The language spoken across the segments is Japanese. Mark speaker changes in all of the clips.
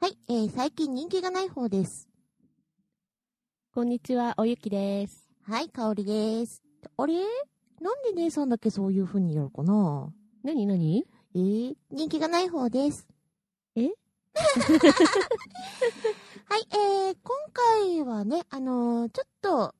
Speaker 1: はい、えー、最近人気がない方です。
Speaker 2: こんにちは、おゆきです。
Speaker 1: はい、かおりです。あれなんで姉さんだけそういう風にやるかな
Speaker 2: なになに
Speaker 1: えー、人気がない方です。
Speaker 2: え
Speaker 1: はい、えー、今回はね、あのーちょっと、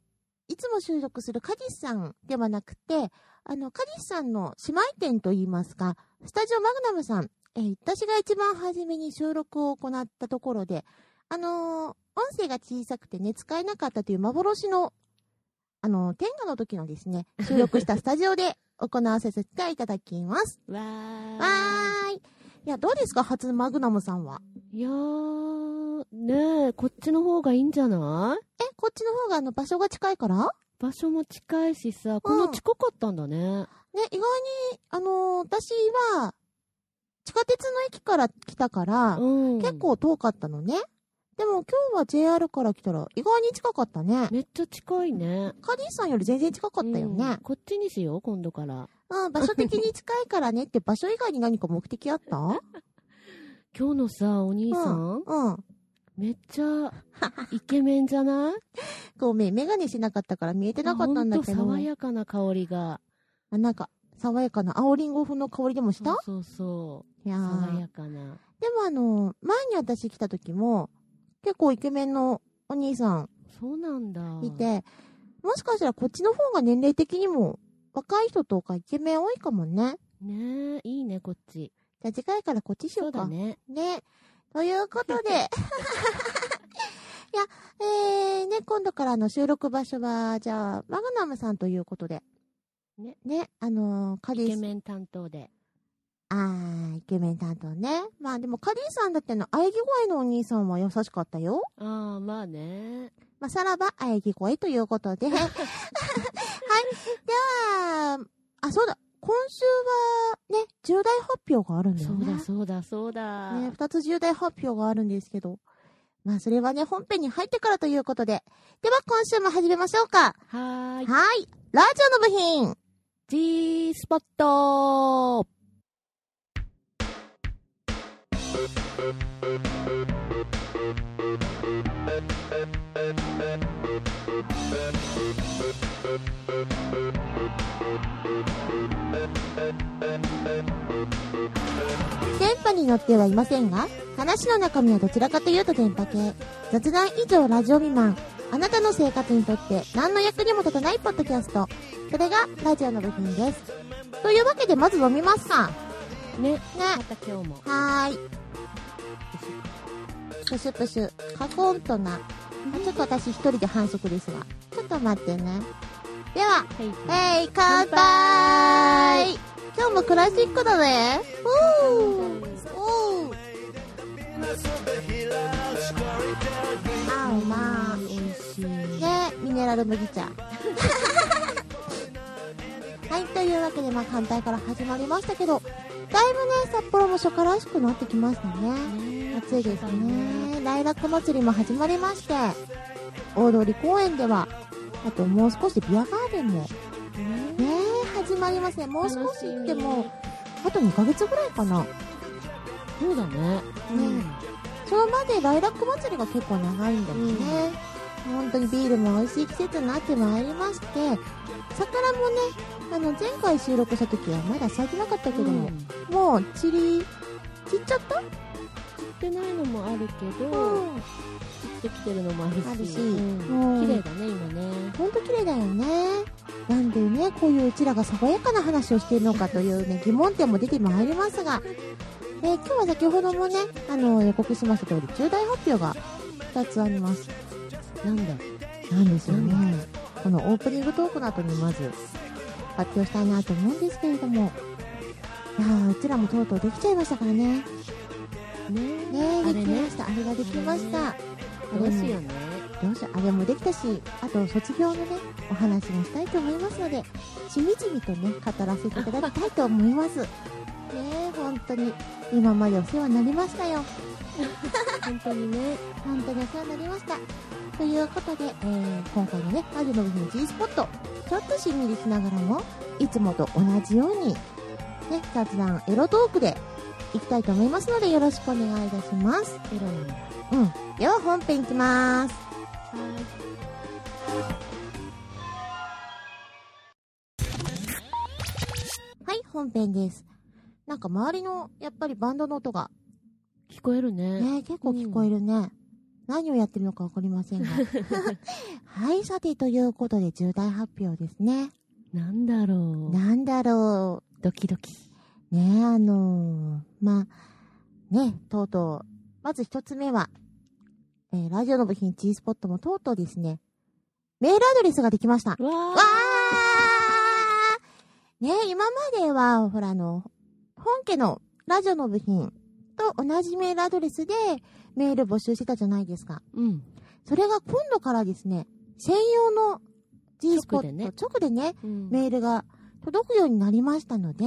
Speaker 1: いつも収録するカジスさんではなくて、あの、カジスさんの姉妹店といいますか、スタジオマグナムさん、えー私が一番初めに収録を行ったところで、あのー音声が小さくてね、使えなかったという幻の、あのー天下の時のですね、収録したスタジオで行わせていただきます。
Speaker 2: わー。
Speaker 1: わーい。いや、どうですか初マグナムさんは。
Speaker 2: いやー、ねえ、こっちの方がいいんじゃない
Speaker 1: え、こっちの方があの場所が近いからね、
Speaker 2: 場所も近いしさ、この近かったんだね。
Speaker 1: 意外に、あのー私は、地下鉄の駅から来たから、
Speaker 2: うん。
Speaker 1: 結。構遠かったのね。でも今日は JR から来たら意外に近かったね。
Speaker 2: めっちゃ近いね。
Speaker 1: カディさんより全然近かったよ
Speaker 2: うん
Speaker 1: ね。
Speaker 2: こっちにしよう、今度から。
Speaker 1: うん、場所的に近いからね って場所以外に何か目的あった
Speaker 2: 今日のさ、お兄さん、
Speaker 1: うん。
Speaker 2: めっ ちゃ、イケメンじゃない
Speaker 1: ごめん、メガネしなかったから見えてなかったんだけ
Speaker 2: ほ
Speaker 1: ど
Speaker 2: と爽。やかな香りが。
Speaker 1: あなんか、爽やかな青リンゴ風の香りでもした
Speaker 2: そうそう
Speaker 1: いや
Speaker 2: そう。
Speaker 1: ー
Speaker 2: 爽やかな。
Speaker 1: でもあの、前に私来た時も、結構イケメンのお兄さ
Speaker 2: そうなんだ。
Speaker 1: んいて、もしかしたらこっちの方が年齢的にも若い人とかイケメン多いかもね。
Speaker 2: ねえ、いいね、こっち。
Speaker 1: じゃあ次回からこっちしよ
Speaker 2: そうう
Speaker 1: か。
Speaker 2: だね。
Speaker 1: ね。ということで、い や、えー、ね、今度からの収録場所は、じゃあ、マグナムさんということで。
Speaker 2: ね。
Speaker 1: ね、あのー、カリー
Speaker 2: イケ
Speaker 1: さん
Speaker 2: メン担当で。
Speaker 1: あー、イケメン担当ね。まあでも、カリーさんだっての、喘ぎ声のお兄さんは優しかったよ。
Speaker 2: ああ、まあね。
Speaker 1: まあ、さらば、喘ぎ声ということで。はい。では、あ、そうだ。今週は、ね、重大発表があるんだよ
Speaker 2: そう
Speaker 1: ね。
Speaker 2: だ、そうだ、そうだ。
Speaker 1: ね、二つ重大発表があるんですけど。まあ、それはね、本編に入ってからということで。では、今週も始めましょうか。
Speaker 2: はー。
Speaker 1: はいい。ラジオの部品。
Speaker 2: G スポット
Speaker 1: 電波に乗ってはいませんが、話の中身はどちらかというと電波系。雑談以上ラジオ未満。あなたの生活にとって何の役にも立たないポッドキャスト。それがラジオの部品です。というわけでまず飲みますか。ね。
Speaker 2: ね、また今日も。
Speaker 1: はーい。プシュプシュ。カコンとな。あちょっと私一人で反則ですが。ちょっと待ってね。では、
Speaker 2: はい。
Speaker 1: えい、乾杯今日もクラシックだね。おーおーあー、うま
Speaker 2: 美味しい。
Speaker 1: ー。ね、ミネラル麦茶。 はい、というわけで、まあ、反対から始まりましたけど、だいぶね、札幌も初夏らしくなってきましたね。
Speaker 2: ね
Speaker 1: 暑いです。ね。大楽祭りも始まりまして、大通公園では、あともう少しビアガーデンもね
Speaker 2: ね
Speaker 1: え始まりますねもう少
Speaker 2: 楽
Speaker 1: し
Speaker 2: しみ
Speaker 1: でもあと2ヶ月ぐらいかな
Speaker 2: そうだね。
Speaker 1: それまでライラック祭りが結構長いんだよね、本当にビールも美味しい季節になってまいりまして桜もねあの前回収録した時はまだ咲いてなかったけど
Speaker 2: うん。
Speaker 1: も
Speaker 2: う、ん
Speaker 1: もう散り散っちゃった
Speaker 2: 切ってないのもあるけど、
Speaker 1: うん
Speaker 2: 切ってきてるのもあるし。
Speaker 1: あるし
Speaker 2: う
Speaker 1: う
Speaker 2: ん
Speaker 1: ん
Speaker 2: 綺麗だね、今ね。
Speaker 1: ほんと綺麗だよねなんでねこういううちらが爽やかな話をしているのかというね疑問点も出てまいりますが、えー今日は先ほどもねあの予告しました通り重大発表が2つあります
Speaker 2: なんだ
Speaker 1: なんですよね。このオープニングトークの後にまず発表したいなと思うんですけれども、いやーうちらもとうとうできちゃいましたからね。ね
Speaker 2: ね
Speaker 1: え、
Speaker 2: あ
Speaker 1: で
Speaker 2: れ
Speaker 1: き
Speaker 2: ね
Speaker 1: ました。あれができました。あれ
Speaker 2: ど
Speaker 1: も
Speaker 2: うしようね。
Speaker 1: どうしよう。あれもできたし、あと卒業のね、お話もしたいと思いますので、しみじみとね、語らせていただきたいと思います。ねえ、本当に、今までお世話になりましたよ。
Speaker 2: 本当にね。
Speaker 1: 本当にお世話になりました。ということで、えー今回のね、ラジオの部品 G スポット、ちょっとしんみりしながらも、いつもと同じように、ね、雑談エロトークでいきたいと思いますので、よろしくお願いいたします。
Speaker 2: エロなんだ。
Speaker 1: うん。では本編いきまーす。はい、本編です。なんか周りの、やっぱりバンドの音が、
Speaker 2: 聞こえるね。
Speaker 1: ね、結構聞こえるね。何をやってるのかわかりませんが。はい、さて、ということで重大発表ですね。
Speaker 2: なんだろう。
Speaker 1: なんだろ
Speaker 2: ドキドキ。
Speaker 1: う。ねあのーまあ、ね、とうとう。まず一つ目は、えーラジオの部品 G スポットもとうとうですね、メールアドレスができました。
Speaker 2: わー
Speaker 1: わーね今までは、ほら、あの、本家のラジオの部品と同じメールアドレスでメール募集してたじゃないですか。
Speaker 2: うん。
Speaker 1: それが今度からですね、専用の G スポ
Speaker 2: 直で
Speaker 1: ッ
Speaker 2: ね
Speaker 1: ト、直でね、
Speaker 2: うん
Speaker 1: メールが届くようになりましたので、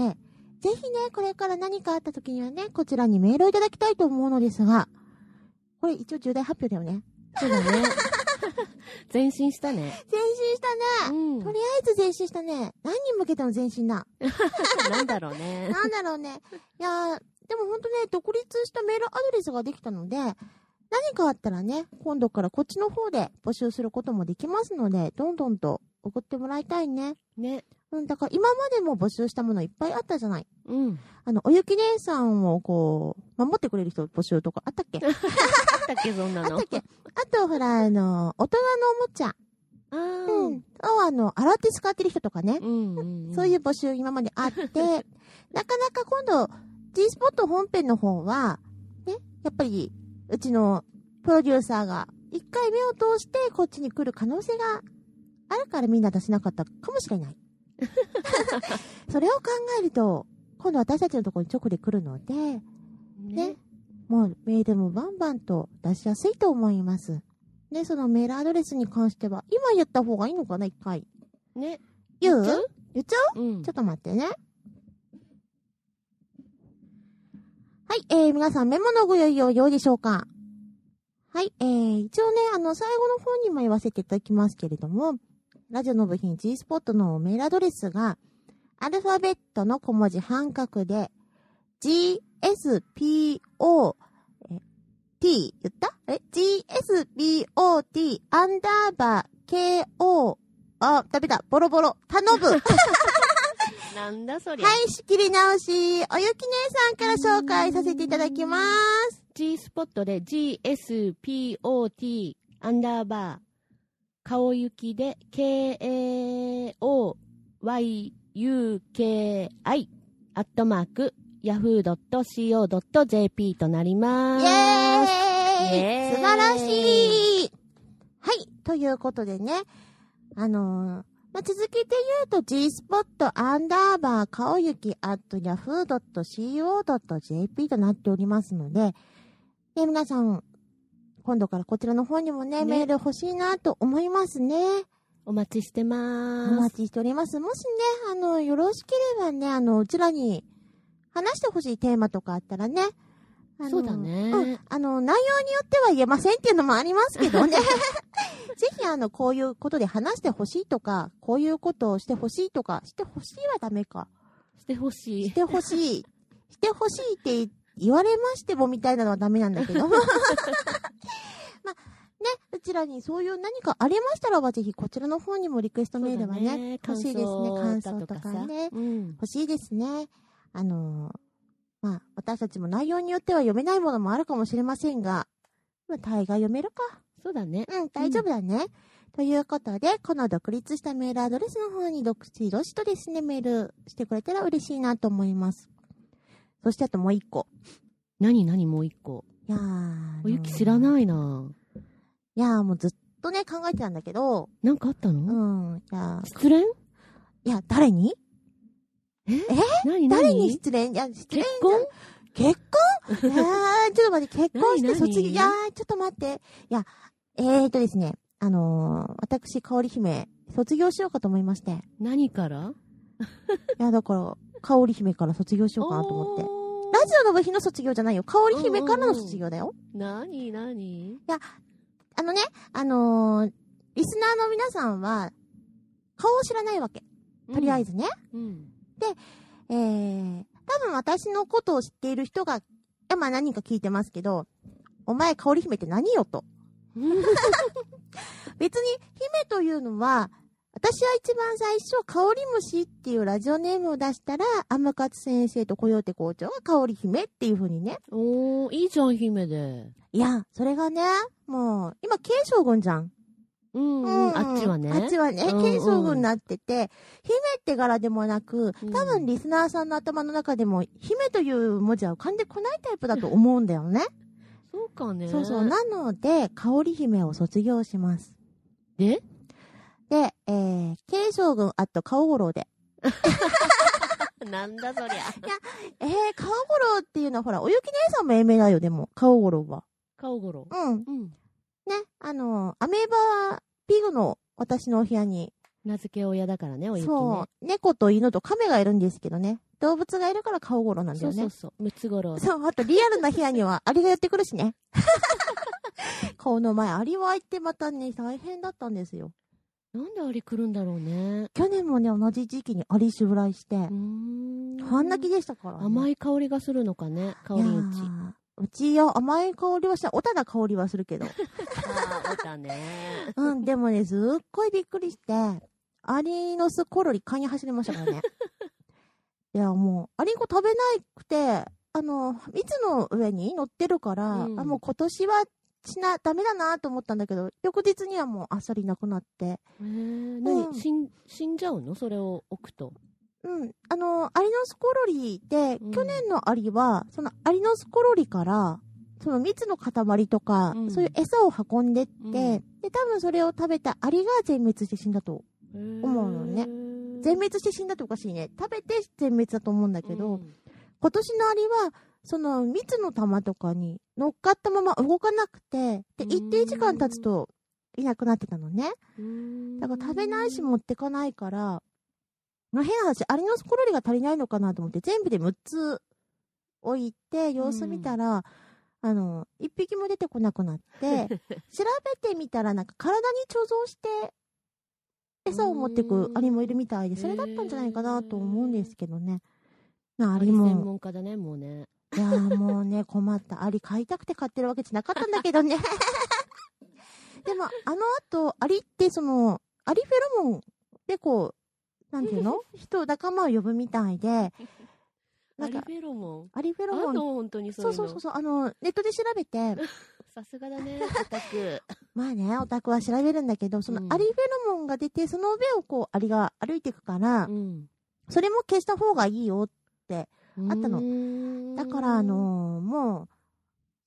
Speaker 1: ぜひね、これから何かあった時にはね、こちらにメールをいただきたいと思うのですが、これ一応重大発表だよね。
Speaker 2: そうだ ね。前進したね。
Speaker 1: 前進したね。
Speaker 2: うん
Speaker 1: とりあえず前進したね。何に向けての前進だ。
Speaker 2: なんだろう ね。
Speaker 1: なんだろうね。いやーでもほんとね、独立したメールアドレスができたので、何かあったらね、今度からこっちの方で募集することもできますので、どんどんと送ってもらいたいね。
Speaker 2: ね。
Speaker 1: うん、だから今までも募集したものいっぱいあったじゃない。
Speaker 2: うん。
Speaker 1: あの、おゆき姉さんをこう、守ってくれる人募集とかあったっけあっ
Speaker 2: あったっけ、そんな
Speaker 1: た
Speaker 2: の。
Speaker 1: っけあと、ほら、あの、大人のおもちゃ。
Speaker 2: あ
Speaker 1: う
Speaker 2: ー
Speaker 1: ん。を、あの、洗って使ってる人とかね。
Speaker 2: うん。うん。
Speaker 1: そういう募集今まであ って、なかなか今度、G スポット本編の方は、ね、やっぱり、うちのプロデューサーが、一回目を通してこっちに来る可能性があるからみんな出せなかったかもしれ ない。それを考えると、今度私たちのところに直で来るので、ね
Speaker 2: ね。
Speaker 1: もうメールもバンバンと出しやすいと思います。ね、そのメールアドレスに関しては、今言った方がいいのかな、一回。
Speaker 2: ね。
Speaker 1: 言う
Speaker 2: 言っちゃう
Speaker 1: 言っちゃう
Speaker 2: うん
Speaker 1: ちょっ。と待ってね。はい、えー、皆さんメモのご用意をよいでしょうかはい、えー、一応ね、あの、最後の方にも言わせていただきますけれども、ラジオの部品 G スポットのメールアドレスが、アルファベットの小文字半角で、GSPO、え t 言ったえ ?GSBOT アンダーバー KO、あ、ダメだ、ボロボロ、頼む
Speaker 2: なんだそりゃ。
Speaker 1: はい、仕切り直し、おゆき姉さんから紹介させていただきます。
Speaker 2: G スポットで GSPOT アンダーバー、顔行きで KAOYUKI アットマーク yahoo.co.jp となりま
Speaker 1: イ
Speaker 2: す。イ
Speaker 1: エー
Speaker 2: エ
Speaker 1: イ
Speaker 2: ーイ
Speaker 1: 素晴らしいはい、ということでね、あのーまあ、続けて言うと G スポットアンダーバー顔ゆき at yahoo.co.jp となっておりますので、ね、皆さん、今度からこちらの方にもね、
Speaker 2: ね
Speaker 1: メール欲しいなと思いますね。
Speaker 2: お待ちして
Speaker 1: お
Speaker 2: まー
Speaker 1: 待
Speaker 2: す。
Speaker 1: ちしております。もしね、あの、よろしければね、あの、うちらに話してほしいテーマとかあったらね。あの
Speaker 2: そうだね
Speaker 1: うん。あの、内容によっては言えませんっていうのもありますけ どね。ぜひ、あの、こういうことで話してほしいとか、こういうことをしてほしいとか、してほしいはダメか。
Speaker 2: してほし
Speaker 1: し
Speaker 2: い。
Speaker 1: てほしい。してほしいって言われましてもみたいなのはダメなんだけ ど。まあ、ね、うちらにそういう何かありましたらば、ぜひこちらの方にもリクエストメールは
Speaker 2: そうだ
Speaker 1: ね、欲しいですね。感想とか
Speaker 2: さ
Speaker 1: ね。
Speaker 2: うん。
Speaker 1: 欲しいですね。あのーまあ、私たちも内容によっては読めないものもあるかもしれませんが、まあ、大概読めるか。
Speaker 2: そうだね。
Speaker 1: うん、大丈夫だね。ということで、この独立したメールアドレスの方に、どしどしとですね、メールしてくれたら嬉しいなと思います。そしてあともう一個。
Speaker 2: 何何もう一個。
Speaker 1: いやー。。
Speaker 2: おゆき知らないいな。
Speaker 1: いやー、もうずっとね、考えてたんだけど、
Speaker 2: なんかあった
Speaker 1: う
Speaker 2: の
Speaker 1: ん、いや
Speaker 2: 失恋
Speaker 1: ー、いや、誰に
Speaker 2: 何何
Speaker 1: 誰に失恋いや、失恋
Speaker 2: 結婚
Speaker 1: 結婚 いやー、ちょっと待って、結婚して
Speaker 2: 何何
Speaker 1: 卒業。いやー、ちょっと待って。いや、えーとですね、あのー、私、香り姫、卒業しようかと思いまして。
Speaker 2: 何から
Speaker 1: いや、だから、香り姫から卒業しようかなと思って。ラジオの部品の卒業じゃないよ。香り姫からの卒業だよ。
Speaker 2: オなになに
Speaker 1: あのね、あのー、リスナーの皆さんは、顔を知らないわけ。とりあえずね。
Speaker 2: うん。
Speaker 1: えー、多分私のことを知っている人が、いやまあ何人か聞いてますけど、お前、香り姫って何よと。別に、姫というのは、私は一番最初、香り虫っていうラジオネームを出したら、アムカツ先生とコヨーテ校長が香り姫っていう風にね。
Speaker 2: おー、いいじゃん、姫で。
Speaker 1: いや、それがね、もう、今、慶将軍じゃん。
Speaker 2: うん、
Speaker 1: う
Speaker 2: うん、あっちはね。
Speaker 1: あっちはね、
Speaker 2: うんうん
Speaker 1: 慶将軍になってて、姫って柄でもなく、
Speaker 2: うん
Speaker 1: 多分リスナーさんの頭の中でも、姫という文字は浮かんでこないタイプだと思うんだよね。
Speaker 2: そうかね。
Speaker 1: そうそう。なので、香り姫を卒業します。
Speaker 2: で
Speaker 1: で、えー、慶将軍、あと、顔五郎で。
Speaker 2: なんだそりゃ。
Speaker 1: えー、顔五郎っていうのは、ほら、おゆき姉さんも英名だよ、でも、顔五郎は。
Speaker 2: 顔ごろ。
Speaker 1: うん。
Speaker 2: うん。
Speaker 1: ね、あの、アメーバーピグの私のお部屋に、
Speaker 2: 名付け親だからね、おゆきね。
Speaker 1: そう、猫と犬と亀がいるんですけどね。動物がいるから顔五郎なんだ
Speaker 2: そ
Speaker 1: よ
Speaker 2: う
Speaker 1: ね。
Speaker 2: そうそう。ムツゴロウ。
Speaker 1: そう、あとリアルな部屋にはアリがやってくるしね。 この前、アリは行ってまたね、大変だったんですよ。
Speaker 2: なんであれ来るんだろうね。
Speaker 1: 去年もね、同じ時期にアリ襲来して、
Speaker 2: うーん。
Speaker 1: 半泣きでしたから、ね。
Speaker 2: 甘
Speaker 1: い
Speaker 2: い香りがするのかね、香りうち。
Speaker 1: うちよ、甘い香りはした。おただ香りはするけど。
Speaker 2: ああ、おたね。
Speaker 1: うん、でもね、すっごいびっくりして、アリの巣コロリ買いに走りました からね。いや、もう、アリンコ食べなくて、あの、蜜の上に乗ってるから、
Speaker 2: うん
Speaker 1: あもう今年はしな、ダメだなと思ったんだけど、翌日にはもうあっさりなくなって。
Speaker 2: えー、何、
Speaker 1: うん
Speaker 2: 死ん、死んじゃうのそれを置くと。
Speaker 1: うん、あの、アリの巣コロリで、
Speaker 2: うん
Speaker 1: 去年のアリは、そのアリの巣コロリから、その蜜の塊とか、
Speaker 2: うん
Speaker 1: そういう餌を運んでって、
Speaker 2: うん
Speaker 1: で、多分それを食べたアリが全滅して死んだと思うのね全
Speaker 2: 部
Speaker 1: 滅して死んだっておかしいね。食べて全滅だと思うんだけど、今年のアリは、その蜜の玉とかに乗っかったまま動かなくて、で、
Speaker 2: うん
Speaker 1: 一定時間経つといなくなってたのね。だから食べないし
Speaker 2: も。
Speaker 1: 持ってかないから、まあ変な話、アリのコロリが足りないのかなと思って、全部で6つ置いて、様子見たら、あの、1匹も出てこなくな って、調べてみたら、なんか体に貯蔵して、餌を持ってくアリもいるみたいで、それだったんじゃないかなと思うんですけどね。なあ、ア
Speaker 2: ア
Speaker 1: リ
Speaker 2: リ専
Speaker 1: も。
Speaker 2: 門家だね、もうね。
Speaker 1: いやーも うね、困った。アリ買いたくて買ってるわけじゃなかったんだけどね。 でも、あの後、アリってその、アリフェロモンでこう、なんていう の人、仲間を呼ぶみたいで、な
Speaker 2: ア
Speaker 1: ん
Speaker 2: リ
Speaker 1: か
Speaker 2: フ、ェロモン。
Speaker 1: アリフェロ
Speaker 2: あ
Speaker 1: モ
Speaker 2: ん
Speaker 1: ン
Speaker 2: の、本当にそ
Speaker 1: そうう
Speaker 2: いうの。
Speaker 1: そうそうそう、あの、ネットで調べて、
Speaker 2: さすがだね、オタク。
Speaker 1: まあね、オタクは調べるんだけど、その
Speaker 2: うん
Speaker 1: アリフェロモンが出て、その上をこう、アリが歩いていくから
Speaker 2: う、ん。
Speaker 1: それも消した方がいいよ。
Speaker 2: あ
Speaker 1: ったの
Speaker 2: の
Speaker 1: だから、あ、のーもう、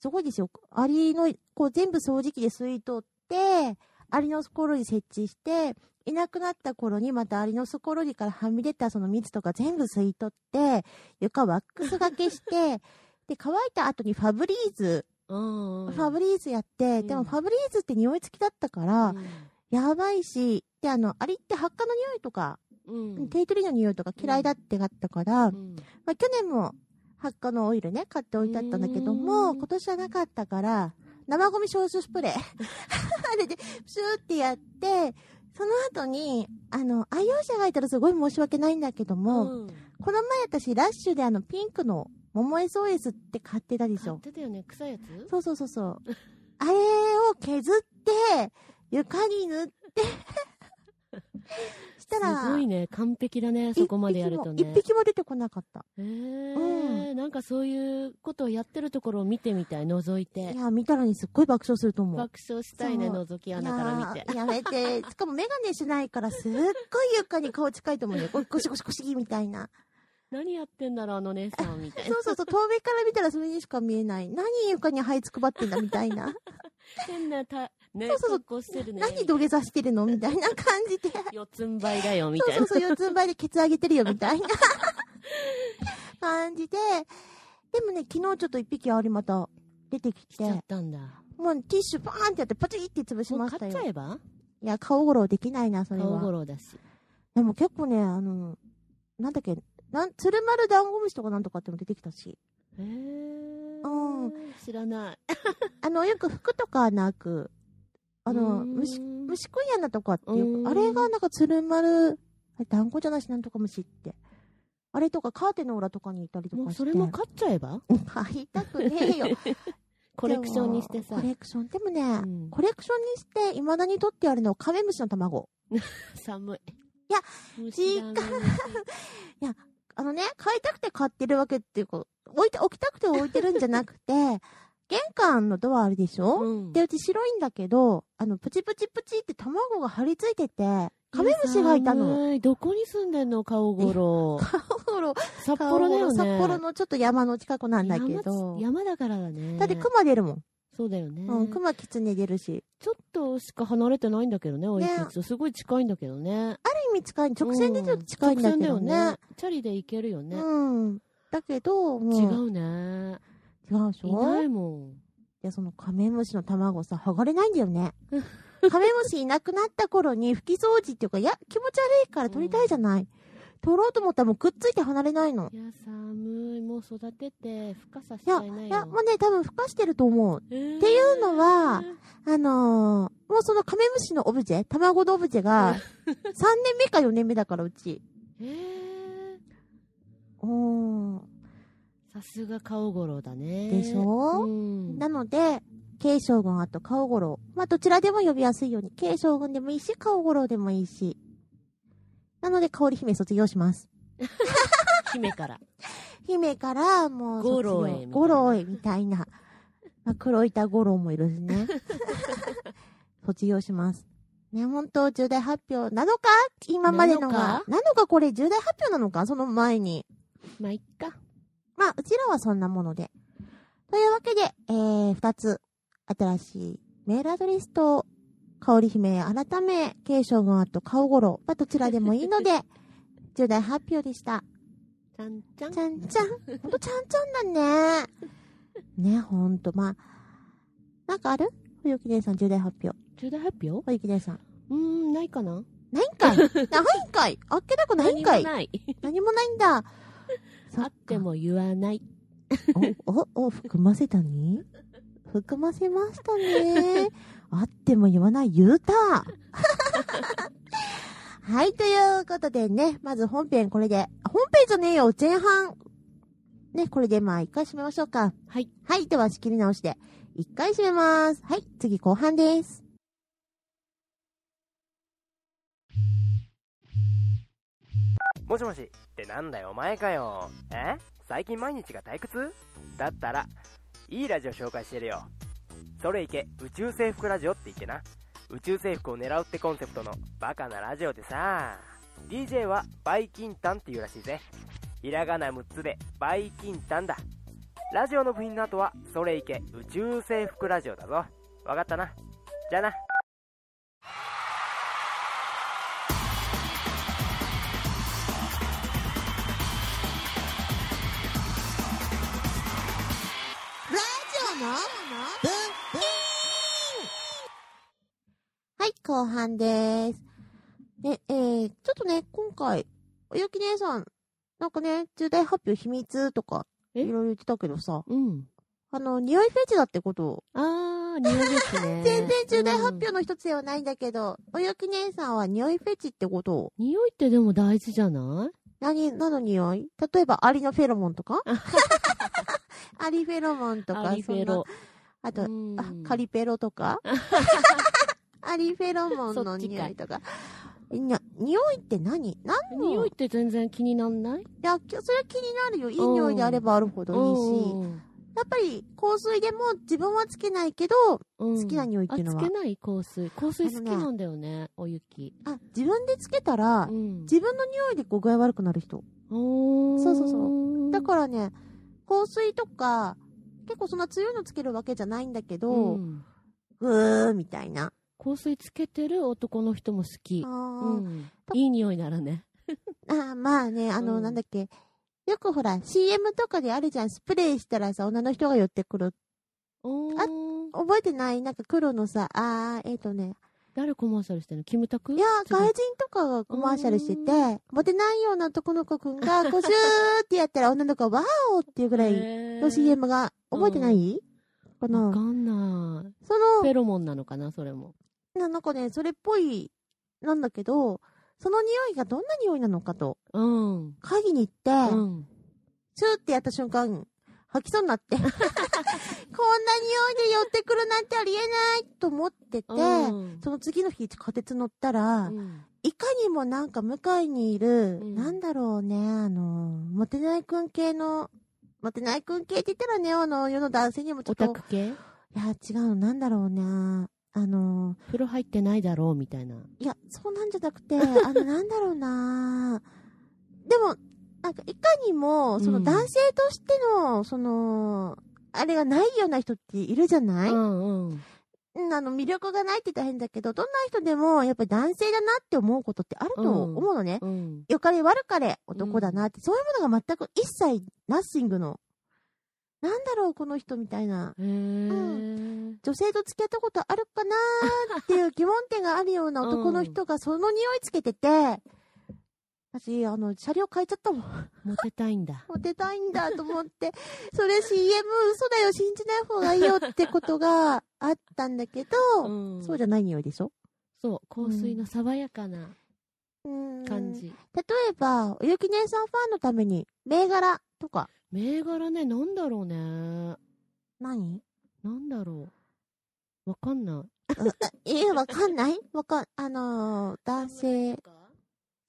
Speaker 1: すごいですよ。アリの、こう全部掃除機で吸い取って、アリのスコロリ設置して、いなくなった頃にまたアリのスコロリからはみ出たその蜜とか全部吸い取って、床ワックスがけ して、で、乾いた後にファブリーズ、
Speaker 2: うんうん。
Speaker 1: ファブリーズやって、で
Speaker 2: う
Speaker 1: も
Speaker 2: ん
Speaker 1: ファブリーズって匂い付きだったから、やばいし、で、あの、アリって発火の匂いとか、
Speaker 2: うん。うん。
Speaker 1: テイトリの匂いとか嫌いだってがあったから
Speaker 2: う、ん
Speaker 1: まあ、去年も発火のオイルね、買って置いてあったんだけども、
Speaker 2: うん
Speaker 1: 今年はなかったから、生ゴミ消臭スプレー。あれで、プシュー ってやって、その後に、あの、愛用者がいたらすごい申し訳ないんだけども、
Speaker 2: うん
Speaker 1: この前私、ラッシュであの、ピンクの、桃 SOS って買ってたでし
Speaker 2: 買っ
Speaker 1: ょ。
Speaker 2: てたよね、臭いやつ
Speaker 1: そうそうそうそう。あれを削って、床に塗って、 したら、
Speaker 2: すごいね、完璧だね、そこまでやると
Speaker 1: 一匹も
Speaker 2: ね
Speaker 1: 一。匹も出てこなかった。
Speaker 2: えー、なんかそういうことをやってるところを見てみたい、覗い
Speaker 1: い
Speaker 2: て。
Speaker 1: や、見たらにすっごい爆笑すると思う。
Speaker 2: 爆笑したいね、
Speaker 1: そう
Speaker 2: 覗き穴から見て
Speaker 1: い。やーやめて。しかもメガネしないから、すっごい床に顔近いと思う よ。こうゴシゴシゴシみたいな。
Speaker 2: 何やってんだろう、あの姉さん、みたい
Speaker 1: そ
Speaker 2: な。
Speaker 1: うそうそう、遠目から見たらそれにしか見えない。何床に這いつくばってんだみたいな。
Speaker 2: 変なた、ね、
Speaker 1: そうそうそう
Speaker 2: 格好してるね。
Speaker 1: 何土下座してるのみたいな感じで。
Speaker 2: 四つん這いだよ、み
Speaker 1: そう
Speaker 2: たい
Speaker 1: そ
Speaker 2: な
Speaker 1: う。そう、四つん這いでケツ上げてるよみたいな感じで。でもね、昨日ちょっと一匹ありまた出てき
Speaker 2: 来
Speaker 1: て
Speaker 2: ち、ゃったんだ。
Speaker 1: もうティッシュパーンってやってパチッって潰し
Speaker 2: も
Speaker 1: ま
Speaker 2: う
Speaker 1: した
Speaker 2: 買っち
Speaker 1: よ
Speaker 2: ゃ。えば
Speaker 1: いや、顔ごろできないな、それ
Speaker 2: 顔
Speaker 1: は
Speaker 2: ご。ろだし。
Speaker 1: でも結構ね、あの、なんだっけ、なん、鶴丸ダンゴムシとかなんとかっても出てきたし。
Speaker 2: えー
Speaker 1: う
Speaker 2: 知らない。
Speaker 1: あの、よく服とかはなく、あの、
Speaker 2: うーん
Speaker 1: 虫、虫食い穴とかってよ
Speaker 2: うー
Speaker 1: く、
Speaker 2: ん
Speaker 1: あれがなんか鶴丸、あれ団子じゃないし、なんとか虫って。あれとかカーテンの裏とかにいたりと
Speaker 2: も
Speaker 1: か
Speaker 2: う
Speaker 1: して。
Speaker 2: それも買っちゃえば
Speaker 1: 買いたくねえよ。
Speaker 2: コレクションにしてさ
Speaker 1: コ。レクション。でもね、
Speaker 2: うん
Speaker 1: コレクションにして、未だに取ってあるのはカメムシの卵。
Speaker 2: 寒い。
Speaker 1: いや、
Speaker 2: 虫だね
Speaker 1: あのね、買いたくて買ってるわけっていうか、置いて、置きたくて置いてるんじゃなくて、 玄関のドアあるでしょ、
Speaker 2: うん
Speaker 1: で、うち白いんだけど、あの、プチプチプチって卵が張り付いてて、カメムシがいたの。
Speaker 2: 寒いどこに住んでんの顔ごろ。
Speaker 1: 札幌
Speaker 2: 札幌だよね。
Speaker 1: 札幌のちょっと山の近くなんだけど
Speaker 2: 山。山だからだね。
Speaker 1: だって熊出るもん。
Speaker 2: そうだよね。
Speaker 1: うん、熊キツネ出るし。
Speaker 2: ちょっとしか離れてないんだけどね、おい
Speaker 1: ね
Speaker 2: くつ。すごい近いんだけどね。
Speaker 1: ある意味近い、直線でちょっと近いんだけど
Speaker 2: 直線だよ
Speaker 1: ね。
Speaker 2: チャリで行けるよね。
Speaker 1: うん。だけど、もう
Speaker 2: 違うね。
Speaker 1: 違うでし
Speaker 2: い
Speaker 1: ょ
Speaker 2: ないいもん。
Speaker 1: や、そのカメムシの卵さ、剥がれないんだよ ね。カメムシいなくなった頃に拭き掃除っていうか、いや、気持ち悪いから取りたいじゃない。取ろうと思ったらもうくっついて離れないの。
Speaker 2: いや、寒い。もう育てて、深さし
Speaker 1: い
Speaker 2: ち
Speaker 1: や、
Speaker 2: ゃいない
Speaker 1: い
Speaker 2: よ
Speaker 1: や、。もうね、多分孵化してると思う。
Speaker 2: ていう
Speaker 1: っていうのは、あのー、もうそのカメムシのオブジェ、卵のオブジェ が、3年目か4年目だから、うち。
Speaker 2: えー
Speaker 1: うーん。
Speaker 2: さすが顔ごろだね。
Speaker 1: でしょ
Speaker 2: うん。
Speaker 1: なので、慶将軍、あと顔五郎。まあ、どちらでも呼びやすいように。慶将軍でもいいし、顔五郎でもいいし。なので、香織姫卒業します。
Speaker 2: 姫から。
Speaker 1: 姫から、もう卒業、
Speaker 2: 五郎へみたい
Speaker 1: 五郎へ、
Speaker 2: な
Speaker 1: みたいな。まあ、黒板五郎もいるしね。卒業します。ね、本当重大発表なのか今までのが。なのかこれ重大発表なのかその前に。
Speaker 2: まあ、いっか。
Speaker 1: まあ、うちらはそんなもので。というわけで、えー、二つ、新しいメールアドレスと、香織姫、改め、継承軍と顔ごろ、まあ、どちらでもいいの で、重大発表でした。
Speaker 2: ちゃんちゃん
Speaker 1: ち。ゃんちゃん。ほんとちゃんちゃんだね。ね、ほんと、まあ、なんかある小雪姉さん、重大発表。
Speaker 2: 重大発表
Speaker 1: 小雪姉さん。
Speaker 2: うーん、ないかな
Speaker 1: ないん かいないんかいあっけなくないんかい
Speaker 2: 何もない。
Speaker 1: 何もないんだ。そっ
Speaker 2: あ
Speaker 1: か
Speaker 2: っても言わない。
Speaker 1: お、お、お、含ませたに含ませましたね。あっても言わない、言うた。はい、ということでね、まず本編これで、あ本編じゃねえよ、前半。ね、これでまあ一回締めましょうか。
Speaker 2: はい。
Speaker 1: はい、では仕切り直して、一回締めます。はい、次後半です。
Speaker 3: もしもしってなんだよお前かよえ最近毎日が退屈だったらいいラジオ紹介してるよそれいけ宇宙制服ラジオって言ってな宇宙制服を狙うってコンセプトのバカなラジオでさ DJ はバイキンタンっていうらしいぜひらがな6つでバイキンタンだラジオの部品の後はそれいけ宇宙制服ラジオだぞわかったなじゃあな
Speaker 1: ラジオのはい、後半です。で、えー、ちょっとね、今回、おゆき姉さん、なんかね、重大発表秘密とか、い
Speaker 2: え
Speaker 1: ろいろ言ってたけどさ、
Speaker 2: うん。
Speaker 1: あの、匂いフェチだってことを、。
Speaker 2: あー、匂いです ね
Speaker 1: 全然重大発表の一つではないんだけど、おゆき姉さんは匂いフェチってことを、
Speaker 2: うん。匂いってでも大事じゃない
Speaker 1: 何、何の匂い例えば、アリのフェロモンとか アリフェロモンとか、
Speaker 2: アリフェロ。
Speaker 1: そんなあと、
Speaker 2: うん
Speaker 1: あカリペロと かアリフェロモンの匂いとか。いや、匂いって何何の
Speaker 2: 匂い
Speaker 1: い
Speaker 2: って全然気になんない
Speaker 1: や、きそれは気になるよ。いい匂いであればあるほどいいし。
Speaker 2: うん
Speaker 1: やっぱり、香水でも自分はつけないけど、
Speaker 2: うん
Speaker 1: 好きな匂いっていうのは
Speaker 2: あつけない香水香水
Speaker 1: あ
Speaker 2: 好
Speaker 1: の
Speaker 2: き
Speaker 1: ね
Speaker 2: なんだよねおゆき
Speaker 1: あ、自分でつけたら
Speaker 2: う、ん
Speaker 1: 自分の匂いでこう具合悪くなる人。そ
Speaker 2: そう
Speaker 1: そうそうだからね、香水とか、結構そんな強いのつけるわけじゃないんだけど、
Speaker 2: ん
Speaker 1: ぐーみたいな。
Speaker 2: 香水つけてる男の人も好き
Speaker 1: あ、ー
Speaker 2: うん、いい匂いならね
Speaker 1: あーまあね、あの、
Speaker 2: うん
Speaker 1: なんだっけ。よくほら、CM とかであるじゃん、スプレーしたらさ、女の人が寄ってくる。
Speaker 2: お
Speaker 1: あ
Speaker 2: ー
Speaker 1: 覚えてないなんか黒のさ、あー、えっ、とね。
Speaker 2: 誰コマーシャルしてんのキムタク
Speaker 1: いやー、外人とかがコマーシャルしてて、モテないような男の子くんが、こうシューってやったら女の子がワーオっていうぐらいの
Speaker 2: の
Speaker 1: CM が、覚えてない、か
Speaker 2: わか
Speaker 1: な。
Speaker 2: んない
Speaker 1: そ
Speaker 2: フ
Speaker 1: の
Speaker 2: ェロモンなのかなそれも
Speaker 1: な、なんかね、それっぽい、なんだけど、その匂いがどんな匂いなのかと、
Speaker 2: うん。
Speaker 1: 会議に行って、
Speaker 2: うん。
Speaker 1: シューってやった瞬間、吐きそうにな って、こんな匂いで寄ってくるなんてありえないと思ってて、
Speaker 2: うん
Speaker 1: その次の日、地下鉄乗ったら、
Speaker 2: うん
Speaker 1: いかにもなんか向かいにいる、
Speaker 2: うん
Speaker 1: なんだろうね、あの、モテないくん系の、モテないくん系って言ったらね、あの、世の男性にもちょ
Speaker 2: オ
Speaker 1: っと、い
Speaker 2: タク系
Speaker 1: や、違うの、なんだろうね、あの、
Speaker 2: 風呂入ってないだろうみたいな。
Speaker 1: いや、そうなんじゃなくて、あの、なんだろうなでも、なんか、いかにも、その
Speaker 2: うん
Speaker 1: 男性としての、その、あれがないような人っているじゃない、
Speaker 2: うんうん。
Speaker 1: うんあの、魅力がないって大変だけど、どんな人でも、やっぱり男性だなって思うことってあると思うのね。
Speaker 2: うん。
Speaker 1: 良かれ悪かれ男だなって、そういうものが全く一切、ナッシングの、なんだろう、この人みたいな。
Speaker 2: へー
Speaker 1: 女性と付き合ったことあるかな ーっていう疑問点があるような男の人がその匂いつけてて、私、あの、車両変えちゃったもん。
Speaker 2: モテたいんだ。
Speaker 1: モテたいんだと思って、それ CM 嘘だよ、信じない方がいいよってことがあったんだけど、
Speaker 2: ん
Speaker 1: そうじゃない匂いでしょ
Speaker 2: そう、香水の爽やかな
Speaker 1: うん
Speaker 2: 感。じ。
Speaker 1: 例えば、おゆき姉さんファンのために、銘柄とか、
Speaker 2: 銘柄ね、なんだろうね。
Speaker 1: 何
Speaker 2: なんだろう。わかんない。
Speaker 1: ええわかんないわかん、あのー男性、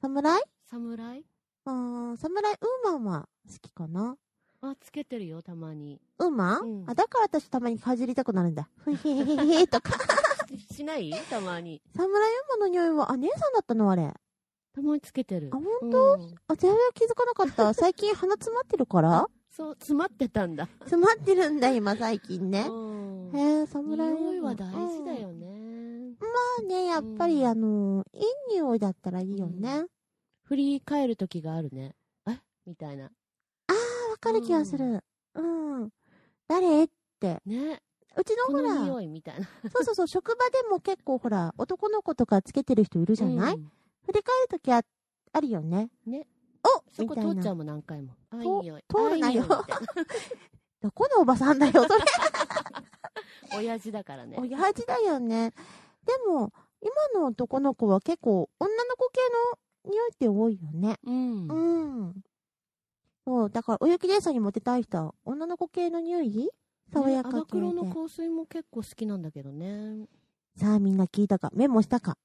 Speaker 1: 侍
Speaker 2: 侍
Speaker 1: うん、侍ウーマンは好きかな
Speaker 2: あ、つけてるよ、たま に。
Speaker 1: ウーマン、
Speaker 2: うん
Speaker 1: あ、だから私たまにかじりたくなるんだ。ふへへへへと か。
Speaker 2: ししないたまに。
Speaker 1: 侍ウーマンの匂いは、あ、姉さんだったのあれ。あ、
Speaker 2: たまにつけてる。
Speaker 1: 本当、
Speaker 2: 当
Speaker 1: あ、全然気づかなかった。最近鼻詰まってるから
Speaker 2: そう、詰まってたんだ。
Speaker 1: 詰まってるんだ、今最近ね。
Speaker 2: うん
Speaker 1: へえ、侍ウーマン。
Speaker 2: 匂いは大事だよね。
Speaker 1: うん。まあね、やっぱり、
Speaker 2: うん
Speaker 1: あのー、いい匂いだったらいいよね。
Speaker 2: う
Speaker 1: わ、
Speaker 2: 振り返る時があるね。えみたいな。
Speaker 1: かる気がする。うん。誰って。
Speaker 2: ね。
Speaker 1: うちの
Speaker 2: こ
Speaker 1: ほら
Speaker 2: の、匂いみたいな。
Speaker 1: そうそうそう、職場でも結構ほら、男の子とかつけてる人いるじゃない、
Speaker 2: うん
Speaker 1: 振り返るときあ、あるよね。
Speaker 2: ね。
Speaker 1: お
Speaker 2: そ
Speaker 1: み
Speaker 2: こ
Speaker 1: たい
Speaker 2: 通
Speaker 1: な
Speaker 2: っちゃうもん何回も。あ、いい
Speaker 1: と
Speaker 2: 匂い。
Speaker 1: 通るなよ
Speaker 2: あいい匂いみたいな
Speaker 1: どこのおばさんだよ、それ。
Speaker 2: 親父だからね。
Speaker 1: 親父だよね。でも、今の男の子は結構、女の子系の匂いって多いよね。
Speaker 2: うん。
Speaker 1: うん。そう、だから、おゆき姉さんにモテたい人は、女の子系の匂い爽やか
Speaker 2: ね
Speaker 1: 系で
Speaker 2: アガクロの香水も結構好きなんだけどね。
Speaker 1: さあみんな聞いたかメモ したか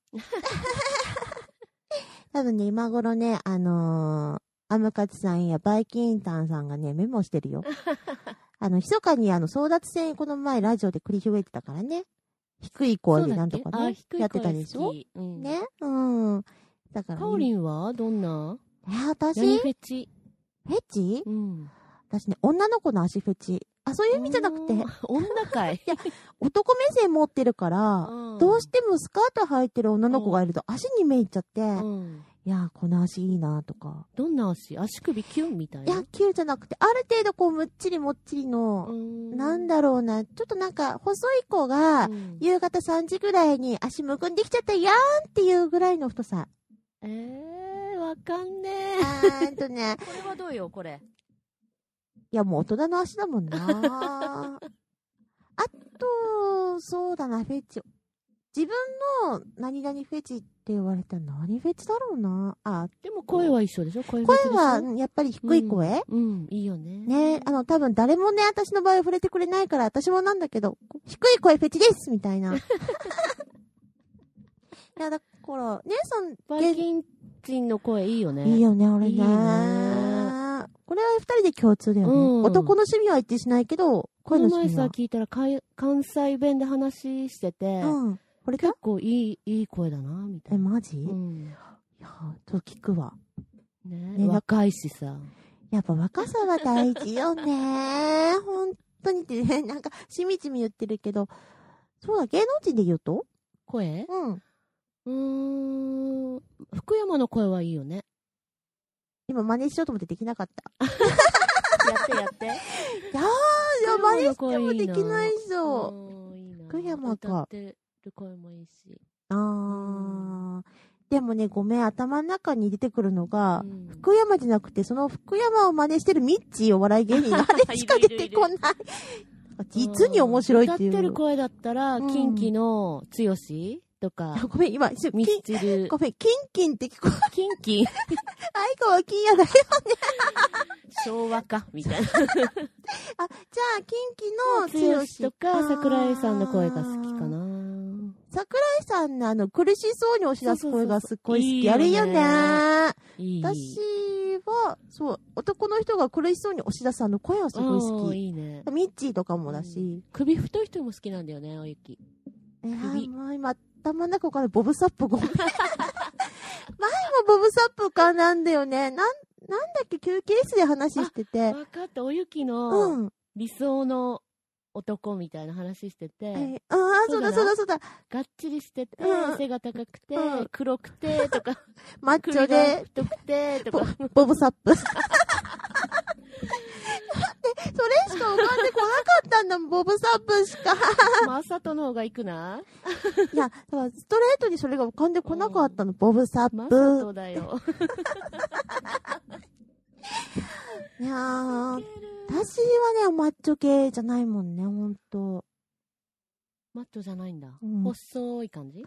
Speaker 1: 多分ね、今頃ね、あのーアムカツさんやバイキンタンさんがね、メモしてるよ。 あの、密かにあの、争奪戦この前ラジオで繰り広げてたからね。低い声でなんとか
Speaker 2: そうだっけあ、
Speaker 1: ね
Speaker 2: 低い、声
Speaker 1: やってたでし
Speaker 2: 好
Speaker 1: ょ
Speaker 2: きうん。
Speaker 1: ね。うん。だから、ね、
Speaker 2: カオリンはどんな
Speaker 1: えー私、
Speaker 2: 何
Speaker 1: フ
Speaker 2: フェチ
Speaker 1: ェチ
Speaker 2: うん。
Speaker 1: 私ね、女の子の足フェチ。あ、そういう意味じゃなくて
Speaker 2: う、ん。女かい。
Speaker 1: 男目線持ってるから、どうしてもスカート履いてる女の子がいると足に目いっちゃって、
Speaker 2: うんうん
Speaker 1: いやー、この足いいなとか。
Speaker 2: どんな足足首キュンみたい
Speaker 1: い
Speaker 2: な。
Speaker 1: や、キューじゃなくて、ある程度こう、むっちりもっちり
Speaker 2: う
Speaker 1: の、
Speaker 2: ん
Speaker 1: なんだろうな、ちょっとなんか、細い子が、
Speaker 2: うん
Speaker 1: 夕方3時ぐらいに足むくんできちゃったやーんっていうぐらいの太さ。
Speaker 2: えー、わかんね
Speaker 1: あーんとね、
Speaker 2: え。これはどうよ、これ。
Speaker 1: いや、もう大人の足だもんなあと、そうだな、フェチ。自分の何々フェチって言われたら何フェチだろうなあ、
Speaker 2: でも声は一緒でしょ声フェチ
Speaker 1: 声
Speaker 2: でしょ
Speaker 1: は、うんやっぱり低い声、
Speaker 2: うん、いいよね。
Speaker 1: ねあの、多分誰もね、私の場合は触れてくれないから、私もなんだけど、低い声フェチですみたい な。いや、だから、姉さん、
Speaker 2: バイキンチンの声いいよね。
Speaker 1: いいよね、俺ね。
Speaker 2: いいね
Speaker 1: これは二人で共通だよね。
Speaker 2: うん
Speaker 1: 男の趣味は一致しないけど、
Speaker 2: こ
Speaker 1: 声の
Speaker 2: の前
Speaker 1: 趣味
Speaker 2: さ、
Speaker 1: は。
Speaker 2: 聞いたらかい、関西弁で話してて、
Speaker 1: うん。これか
Speaker 2: 結構いい、いい声だな、みた
Speaker 1: え、
Speaker 2: いな。
Speaker 1: マジ、
Speaker 2: う
Speaker 1: い
Speaker 2: ん。
Speaker 1: や、ちょっと聞くわ。
Speaker 2: ね
Speaker 1: ね
Speaker 2: 若いしさ。
Speaker 1: やっぱ若さは大事よね。本当にってね、なんか、しみじみ言ってるけど、そうだ、芸能人で言うと
Speaker 2: 声
Speaker 1: うん。
Speaker 2: うーん。福山の声はいいよね。
Speaker 1: 今真似しようと思ってできなかった。
Speaker 2: やってや って。
Speaker 1: いやー、いや、真似してもできないでしょ。
Speaker 2: うんいいな。
Speaker 1: 福山か
Speaker 2: 歌ってる声もいいし。ん
Speaker 1: あー。でもね、ごめん、頭の中に出てくるのが、
Speaker 2: うん
Speaker 1: 福山じゃなくて、その福山を真似してるミッチーお笑い芸人のあれしか出て こない。実に面白いっていう。
Speaker 2: 歌ってる声だったら、
Speaker 1: うん
Speaker 2: 近畿の剛と か、
Speaker 1: ごめん、今、一瞬
Speaker 2: ミ
Speaker 1: キ
Speaker 2: ス
Speaker 1: ン
Speaker 2: チル、
Speaker 1: ごめん、キンキンって聞こえ、
Speaker 2: キンキン、
Speaker 1: 愛子は金やだ よ。
Speaker 2: 昭和か、みたいな。
Speaker 1: あ、じゃあ、キンキの
Speaker 2: 剛と
Speaker 1: あ
Speaker 2: か、
Speaker 1: ー
Speaker 2: 桜井さんの声が好きかな。
Speaker 1: 桜井さんのあの、苦しそうに押し出す声がすっごい好き。
Speaker 2: そ
Speaker 1: あ
Speaker 2: うそうそう
Speaker 1: れ
Speaker 2: そう
Speaker 1: よ
Speaker 2: いいよ
Speaker 1: ね
Speaker 2: ねいい。
Speaker 1: 私は、そう、男の人が苦しそうに押し出すあの声はすごい
Speaker 2: お
Speaker 1: 好
Speaker 2: ー
Speaker 1: き。
Speaker 2: いいね。
Speaker 1: ミッチーとかもだし。
Speaker 2: 首太い人も好きなんだよね、おゆき。
Speaker 1: いや
Speaker 2: 首
Speaker 1: ーもう今、頭の中からボブサップごめん。前もボブサップかなんだよね。なん、なんだっけ、休憩室で話してて。
Speaker 2: 分かった、おゆき
Speaker 1: う
Speaker 2: の
Speaker 1: ん。
Speaker 2: 理想の男みたいな話してて、
Speaker 1: えああ、そ
Speaker 2: そうう
Speaker 1: だ
Speaker 2: だな
Speaker 1: そうだそうだ。
Speaker 2: がっちりしてて、
Speaker 1: うん
Speaker 2: 背が高くて、
Speaker 1: うん
Speaker 2: 黒くて、と か、
Speaker 1: マッチョ
Speaker 2: 首が
Speaker 1: で、
Speaker 2: 太くて、と か。
Speaker 1: ボブサップ。 で、それしか浮かんでこなかったんだもん、ボブサップしか。
Speaker 2: まあ、さとの方がいくない
Speaker 1: や、だからストレートにそれが浮かんでこなかったの、ボブサッ
Speaker 2: ま
Speaker 1: プ。
Speaker 2: さとだよ。
Speaker 1: いやー、私はね、マッチョ系じゃないもんね、ほんと。
Speaker 2: マットじゃないんだ。
Speaker 1: うん
Speaker 2: 細い感じ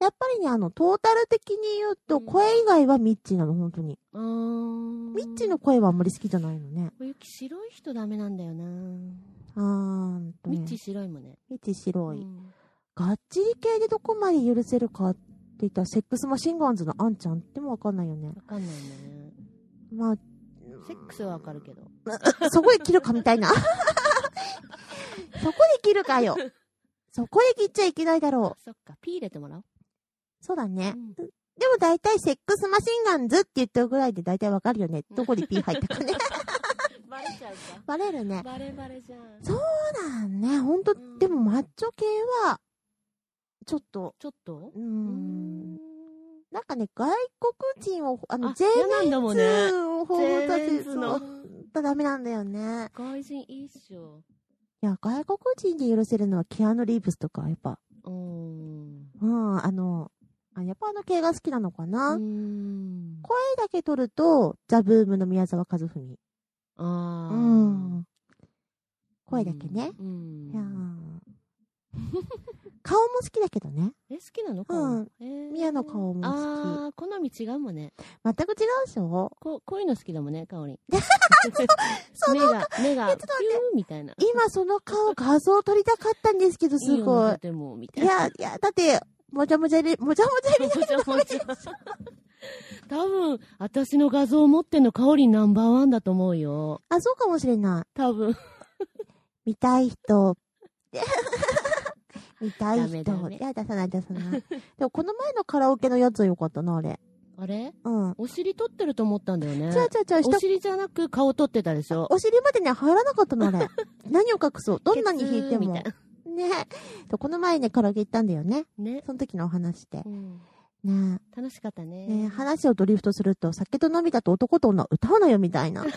Speaker 1: やっぱりね、あの、トータル的に言うと、
Speaker 2: うん
Speaker 1: 声以外はミッチーなの、本当に。
Speaker 2: うーん。
Speaker 1: ミッチーの声はあんまり好きじゃないのね。
Speaker 2: おゆき白い人ダメなんだよな。
Speaker 1: あーんとね
Speaker 2: ミッチ白いもんね。
Speaker 1: ミッチー白い。
Speaker 2: うん
Speaker 1: がっちり系でどこまで許せるかって言ったら、セックスマシンガンズのアンちゃんってもわかんないよね。
Speaker 2: わかんないね。
Speaker 1: まあ、
Speaker 2: セックスはわかるけど。
Speaker 1: そこで切るかみたい な。そこで切るかよ。そこで切っちゃいけないだろ
Speaker 2: あそっか、ピー入れてもらおう。
Speaker 1: う。そうだね。
Speaker 2: うん
Speaker 1: でも大体セックスマシンガンズって言ってるぐらいで大体わかるよね。どこで P 入ったか ね。
Speaker 2: バレちゃうか。
Speaker 1: バレるね。
Speaker 2: バレバレじゃん。
Speaker 1: そうだね。ほんと、
Speaker 2: ん
Speaker 1: でもマッチョ系は、ちょっと、
Speaker 2: ちょっと
Speaker 1: うー。。
Speaker 2: うん
Speaker 1: なんかね、外国人を、あの、
Speaker 2: あ、
Speaker 1: ジェー
Speaker 2: 嫌なんだもん
Speaker 1: メン
Speaker 2: ね
Speaker 1: ズ。を訪問さ
Speaker 2: ジェーメン
Speaker 1: せ
Speaker 2: ズ
Speaker 1: そ
Speaker 2: の
Speaker 1: うとダメなんだよね。
Speaker 2: 外人いいっしょ。
Speaker 1: いや、外国人で許せるのはキアヌ・リーブスとか、やっぱ、
Speaker 2: うーん。
Speaker 1: うん、あの、あやっぱあの系が好きなのかな、
Speaker 2: うーん。
Speaker 1: 声だけ取ると、ザ・ブームの宮沢和文。
Speaker 2: あ
Speaker 1: う
Speaker 2: ー。
Speaker 1: ん。声だけね。
Speaker 2: う
Speaker 1: いや
Speaker 2: ん。
Speaker 1: ー顔も好きだけどね。
Speaker 2: え、好きなの
Speaker 1: うん。
Speaker 2: えー
Speaker 1: 宮の顔も好き
Speaker 2: あー、好み違うもんね。
Speaker 1: 全く違うでしょ
Speaker 2: こ、こういうの好きだもんね、かおりん。
Speaker 1: そ
Speaker 2: 目が、目が、
Speaker 1: えちょっと待っ
Speaker 2: ピュー
Speaker 1: て
Speaker 2: みたいな。
Speaker 1: 今その顔画像撮りたかったんですけど、す
Speaker 2: いよ
Speaker 1: ごい
Speaker 2: ね。でも、みた
Speaker 1: い
Speaker 2: いな。
Speaker 1: や、いや、だって、もじゃもじゃり、もじゃもじゃり、
Speaker 2: もちゃもちゃ。多分、私の画像を持ってんの、かおりんナンバーワンだと思うよ。
Speaker 1: あ、そうかもしれない。
Speaker 2: 多分。
Speaker 1: 見たい人。 見たい
Speaker 2: ダメ
Speaker 1: 人。
Speaker 2: ダメ
Speaker 1: いや、出さない出さ ない。でもこの前のカラオケのやつはよかったな、あれ。
Speaker 2: あれ
Speaker 1: うん。
Speaker 2: お尻取ってると思ったんだよね。
Speaker 1: ちゃうちゃうちゃう、
Speaker 2: お
Speaker 1: 下、
Speaker 2: 尻じゃなく顔取ってたでしょ。
Speaker 1: お尻までね、入らなかったの、あれ。何を隠そう。どんなに弾いても。ね
Speaker 2: ケ ツーみたい
Speaker 1: でこの前ね、カラオケ行ったんだよね。
Speaker 2: な。ね。
Speaker 1: その時のお話で
Speaker 2: う。ん
Speaker 1: ね
Speaker 2: 楽しかった
Speaker 1: え
Speaker 2: ね。
Speaker 1: ねえ話をドリフトすると、酒と涙と男と女は歌うなよ、みたいな。ね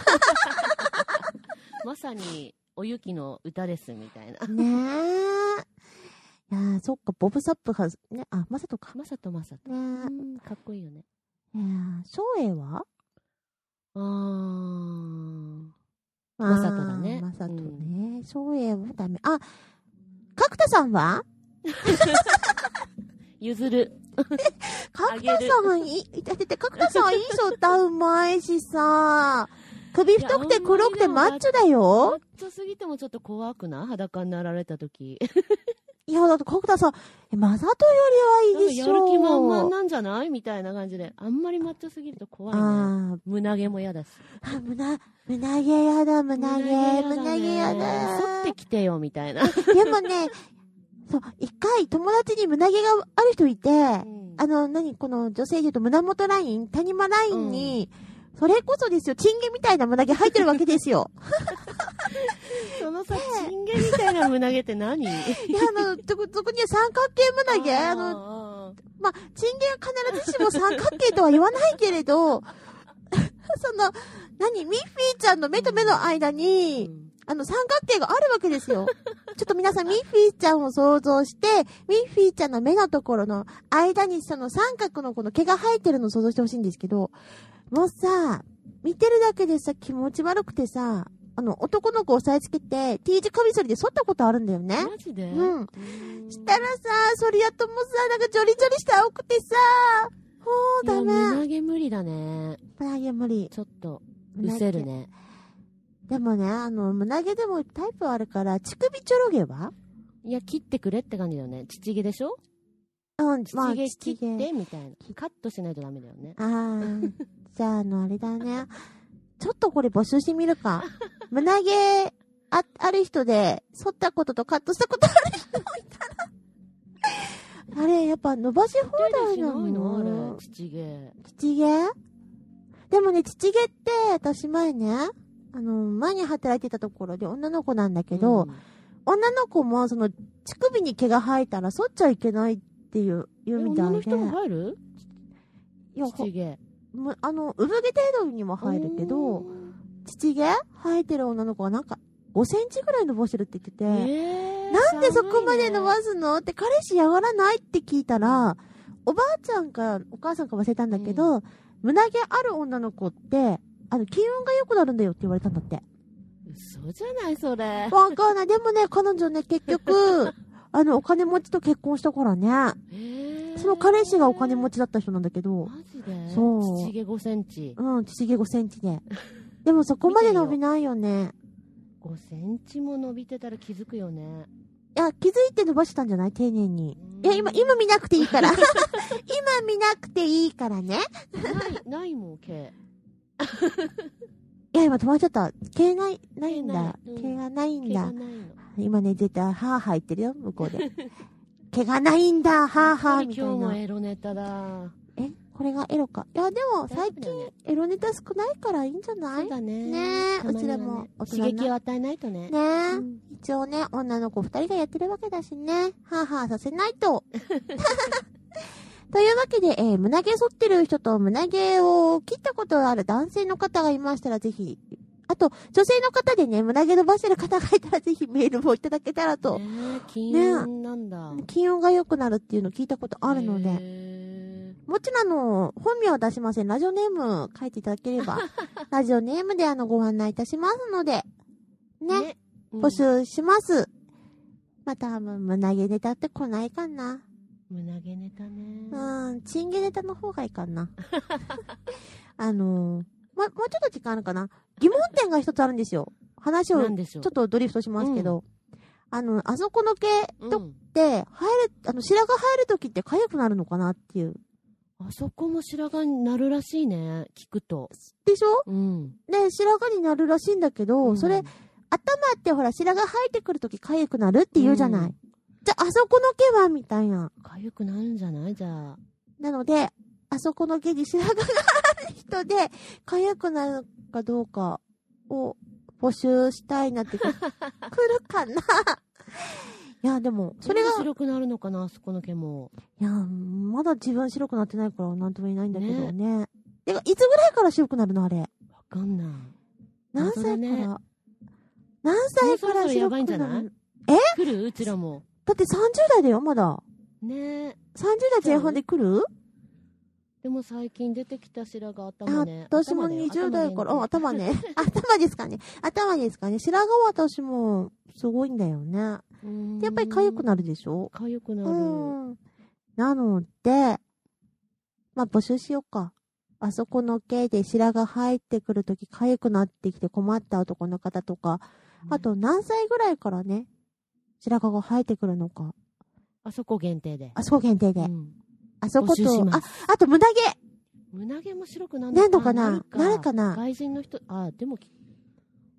Speaker 2: まさに、おゆきの歌です、みたいな。
Speaker 1: え。いやーそっか、ボブサップが、ね、あ、まさとか。ね
Speaker 2: まさとまさと。
Speaker 1: え。
Speaker 2: うん、かっこいいよね。
Speaker 1: いやー照英は
Speaker 2: あー。
Speaker 1: ま
Speaker 2: さとだね
Speaker 1: まさと
Speaker 2: う
Speaker 1: ね。照英はダメ。あ、角田さんは
Speaker 2: 譲る。
Speaker 1: 角
Speaker 2: あげ
Speaker 1: 田
Speaker 2: る
Speaker 1: さんいい、だって角田さんいい人 歌うまいしさ、首太くて黒くてマッチョだ
Speaker 2: マ
Speaker 1: よ。
Speaker 2: ッチョすぎてもちょっと怖くない裸になられた時。
Speaker 1: いや、だって角田さん、えマサトよりはいいでし
Speaker 2: や
Speaker 1: ょ。
Speaker 2: る気満々なんじゃないみたいな感じで。あんまりマッチョすぎると怖いね。
Speaker 1: あー
Speaker 2: 胸毛も嫌だし。
Speaker 1: あ、胸、胸毛やだ、胸毛、胸毛やだ。
Speaker 2: 剃ってきてよ、みたいな。
Speaker 1: でもね、そう、一回友達に胸毛がある人いて、あの、何この女性で言うと胸元ライン谷間ラインに、それこそですよ、チンゲみたいな胸毛入ってるわけですよ。
Speaker 2: そのさ、チンゲみたいな胸毛って何
Speaker 1: いや、あの、とこ、そこには三角形胸毛、あの、
Speaker 2: の、
Speaker 1: まあ、チンゲは必ずしも三角形とは言わないけれど、 その、何ミッフィーちゃんの目と目の間
Speaker 2: う
Speaker 1: に、
Speaker 2: ん
Speaker 1: あの、三角形があるわけですよ。ちょっと皆さん、ミッフィーちゃんを想像して、ミッフィーちゃんの目のところの間に、その三角のこの毛が生えてるのを想像してほしいんですけど、もうさ、見てるだけでさ、気持ち悪くてさ、あの、男の子を押さえつけて、T 字カミソリで剃ったことあるんだよね。
Speaker 2: マジで
Speaker 1: うん。したらさ、それやっともうさ、なんかジョリジョリして青くてさ、ほう、ダ
Speaker 2: いや
Speaker 1: メ。
Speaker 2: 胸毛無理だね。
Speaker 1: 胸毛無理。
Speaker 2: ちょっと、うせるね。
Speaker 1: でもね、あの、胸毛でもタイプあるから、乳首ちょろ毛はい
Speaker 2: や、切ってくれって感じだよね。乳毛でしょ
Speaker 1: うん、
Speaker 2: 乳毛切
Speaker 1: 乳
Speaker 2: っ
Speaker 1: 毛
Speaker 2: て、みたいな。カットしないとダメだよね。
Speaker 1: あー、 じゃあ、あの、あれだね。ちょっとこれ募集してみるか。胸毛、あ、ある人で、剃ったこととカットしたことある人いたら。あれ、やっぱ伸ばし放題
Speaker 2: し
Speaker 1: な
Speaker 2: ない
Speaker 1: の
Speaker 2: のあれ、乳毛。
Speaker 1: 乳毛でもね、乳毛って、私前ね、あの、前に働いてたところで女の子なんだけど、
Speaker 2: うん、
Speaker 1: 女の子も、その、乳首に毛が生えたら、剃っちゃいけないっていう、言う
Speaker 2: え
Speaker 1: みた
Speaker 2: 女
Speaker 1: いで。
Speaker 2: の人も入る
Speaker 1: いや、ほ
Speaker 2: 乳毛。
Speaker 1: むあの、産毛程度にも入るけど、乳毛生えてる女の子はなんか、5センチぐらい伸ばしてるって言
Speaker 2: え
Speaker 1: ってて、
Speaker 2: ー、
Speaker 1: なんでそこまで伸ば
Speaker 2: す
Speaker 1: すのって、彼氏やがらないって聞いたら、おばあちゃんか、お母さんか忘れたんだけど、胸毛ある女の子って、あの、金運が良くなるんだよって言われたんだって。
Speaker 2: 嘘じゃない、それ。
Speaker 1: わかんない。でもね、彼女ね、結局、あの、お金持ちと結婚したからね。
Speaker 2: えー
Speaker 1: その彼氏がお金持ちだった人なんだけど、
Speaker 2: マジで
Speaker 1: そう
Speaker 2: 乳毛5センチ。
Speaker 1: うん、父毛5センチで。でもそこまで伸びないよね。
Speaker 2: 5センチも伸びてたら気づくよね。
Speaker 1: いや、気づいて伸ばしたんじゃない丁寧に。いや、今、
Speaker 2: うん
Speaker 1: 今見なくていいから。今見なくていいからね。
Speaker 2: ない、ないもん、毛。
Speaker 1: いや、今止まっちゃった。毛ない、ないんだ
Speaker 2: 毛ない。うん
Speaker 1: 毛がないん
Speaker 2: 毛が
Speaker 1: だ。
Speaker 2: ないの。
Speaker 1: 今ね、絶対、歯入ってるよ、向こうで。毛がないん だ、歯、
Speaker 2: は
Speaker 1: 歯、
Speaker 2: 今
Speaker 1: み
Speaker 2: 日
Speaker 1: たい
Speaker 2: も
Speaker 1: な。
Speaker 2: エロネタだ。
Speaker 1: え、これがエロか。いや、でも、最
Speaker 2: 大丈夫だ
Speaker 1: 近、
Speaker 2: よね
Speaker 1: エロネタ少ないからいいんじゃな
Speaker 2: そ
Speaker 1: いう
Speaker 2: だね。
Speaker 1: ねえ
Speaker 2: たまにはね
Speaker 1: うちらも大人な
Speaker 2: 刺激を与えないと
Speaker 1: ね
Speaker 2: ね。う
Speaker 1: え。
Speaker 2: ん
Speaker 1: 一応ね、女の子二人がやってるわけだしね。はあ、はあさせないと。 というわけで、えー、胸毛剃ってる人と胸毛を切ったことがある男性の方がいましたらぜひ、あと、女性の方でね、胸毛伸ばしてる方がいたら ぜひメールをいただけたらと。
Speaker 2: ねえ金運なんだ。
Speaker 1: 金運が良くなるっていうの聞いたことあるの
Speaker 2: へ
Speaker 1: で。
Speaker 2: え
Speaker 1: もちろんあの、本名は出しません。ラジオネーム書いていただければ、ラジオネームであの、ご案内いたしますので。ね。
Speaker 2: ね。うん
Speaker 1: 募集します。また、む胸毛ネタって来ないかな。
Speaker 2: 胸毛ネタね。
Speaker 1: うん、チンゲネタの方がいいか な。あのー、ま、もうちょっと時間あるかな。疑問点が一つあるんですよ。話を
Speaker 2: な
Speaker 1: ち
Speaker 2: ん
Speaker 1: ょ
Speaker 2: でしょ
Speaker 1: っ
Speaker 2: う。
Speaker 1: とドリフトしますけど。あの、あそこの毛とっ
Speaker 2: うん
Speaker 1: て、生える、あの、白髪生えるときって痒くなるのかなっていう。
Speaker 2: あそこも白髪になるらしいね。聞くと。
Speaker 1: でしょ
Speaker 2: うん。
Speaker 1: ね、白髪になるらしいんだけど、
Speaker 2: うん
Speaker 1: それ、頭ってほら、白髪生えてくるとき痒くなるって言うじゃない。
Speaker 2: うん
Speaker 1: じゃあ、あそこの毛はみたいな。
Speaker 2: かゆくなるんじゃないじゃあ。
Speaker 1: なので、あそこの毛に白髪がある人で、痒くなるかどうかを募集したいなっ て、来るかな。いや、でも、それが、い
Speaker 2: 白くなるのかな、あそこの毛も。
Speaker 1: や、まだ自分白くなってないから、なんとも言えないんだけどね。てか、いつぐらいから白くなるのあれ。
Speaker 2: わかんない。
Speaker 1: 何歳から、
Speaker 2: 謎だね
Speaker 1: 何歳か
Speaker 2: もうそろそ
Speaker 1: ら
Speaker 2: ろやば
Speaker 1: 白
Speaker 2: いんじ
Speaker 1: く
Speaker 2: ゃ
Speaker 1: な
Speaker 2: ない
Speaker 1: るの
Speaker 2: 来るうちらも。
Speaker 1: だって30代だよ、まだ。
Speaker 2: ねえ。
Speaker 1: 30代前半で来る
Speaker 2: でも最近出てきた白髪頭
Speaker 1: あ
Speaker 2: ね。
Speaker 1: 私も
Speaker 2: 頭だよ
Speaker 1: 20代から、あ
Speaker 2: 頭だよ
Speaker 1: 頭ね。頭ですかね。頭ですかね。白髪は私も、すごいんだよね。
Speaker 2: うん
Speaker 1: やっぱり痒くなるでしょ
Speaker 2: 痒くな
Speaker 1: う
Speaker 2: る。
Speaker 1: ん。なので、まあ、募集しようか。あそこの毛で白髪入ってくるとき、痒くなってきて困った男の方とか、あと何歳ぐらいからね、白髪が生えてくるのか。
Speaker 2: あそこ限定で。
Speaker 1: あそこ限定で
Speaker 2: う。ん
Speaker 1: あそこ
Speaker 2: 募集し
Speaker 1: と、
Speaker 2: ま
Speaker 1: あ、あと胸
Speaker 2: 胸毛も白くな
Speaker 1: 毛
Speaker 2: る
Speaker 1: なんのかな
Speaker 2: な
Speaker 1: なるかな
Speaker 2: 外人の人、あ、でもき、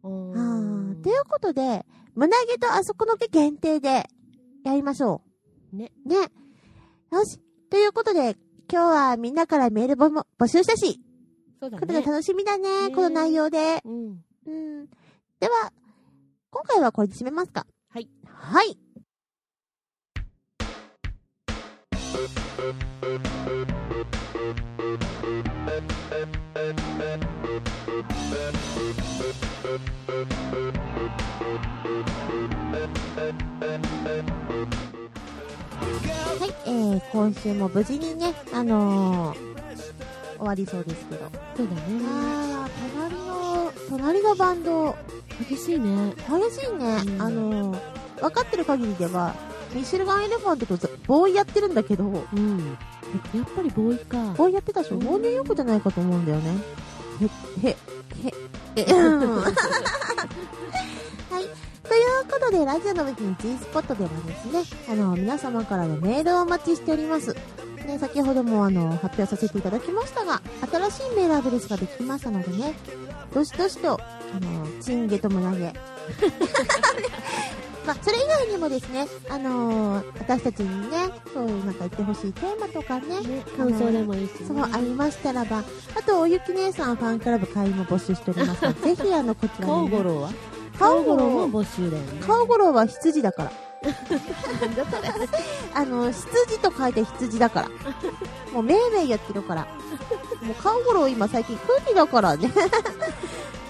Speaker 2: あ
Speaker 1: あー
Speaker 2: ー
Speaker 1: ということで、胸毛とあそこの毛限定でやりましょう。
Speaker 2: ね。
Speaker 1: ね。よし。ということで、今日はみんなからメールボも募集したし、
Speaker 2: そうだ
Speaker 1: 来るの
Speaker 2: ね。
Speaker 1: 楽しみだね。
Speaker 2: ね
Speaker 1: この内容で。
Speaker 2: うん。
Speaker 1: うん。では、今回はこれで締めますか。
Speaker 2: はい。
Speaker 1: はい。はい、えー、今週も無事にね、あのー、終わりそうですけど。
Speaker 2: そうだね。
Speaker 1: あー隣の、隣のバンド、
Speaker 2: 激しいね。
Speaker 1: 激しいね、あの分かってる限りではミシェルガン・エレファントとボーイやってるんだけど
Speaker 2: うん。やっぱりボーイか。
Speaker 1: ボーイやってたしボーニューヨークじゃないかと思うんだよねへへへ へはいということで、ラジオの時に G スポットではですね、あの、皆様からのメールをお待ちしております。ね、先ほどもあの、発表させていただきましたが、新しいメールアドレスができましたのでね、どしどしと、あの、チンゲと胸毛。 まあ、それ以外にもですね、あのー私たちにね、そういうなんか言ってほしいテーマとかね、あの
Speaker 2: 感想でもいいし、ね。
Speaker 1: そうありましたらば、あと、おゆき姉さんファンクラブ会員も募集しておりますの で、ぜひあの、こちら
Speaker 2: 顔
Speaker 1: に、
Speaker 2: 五郎は
Speaker 1: 顔五郎
Speaker 2: も募集だよね。
Speaker 1: 顔五郎は羊だから。あの、羊と書いて羊だから。もう、めいめいやってるから。もう、顔五郎今最近空気だから ね。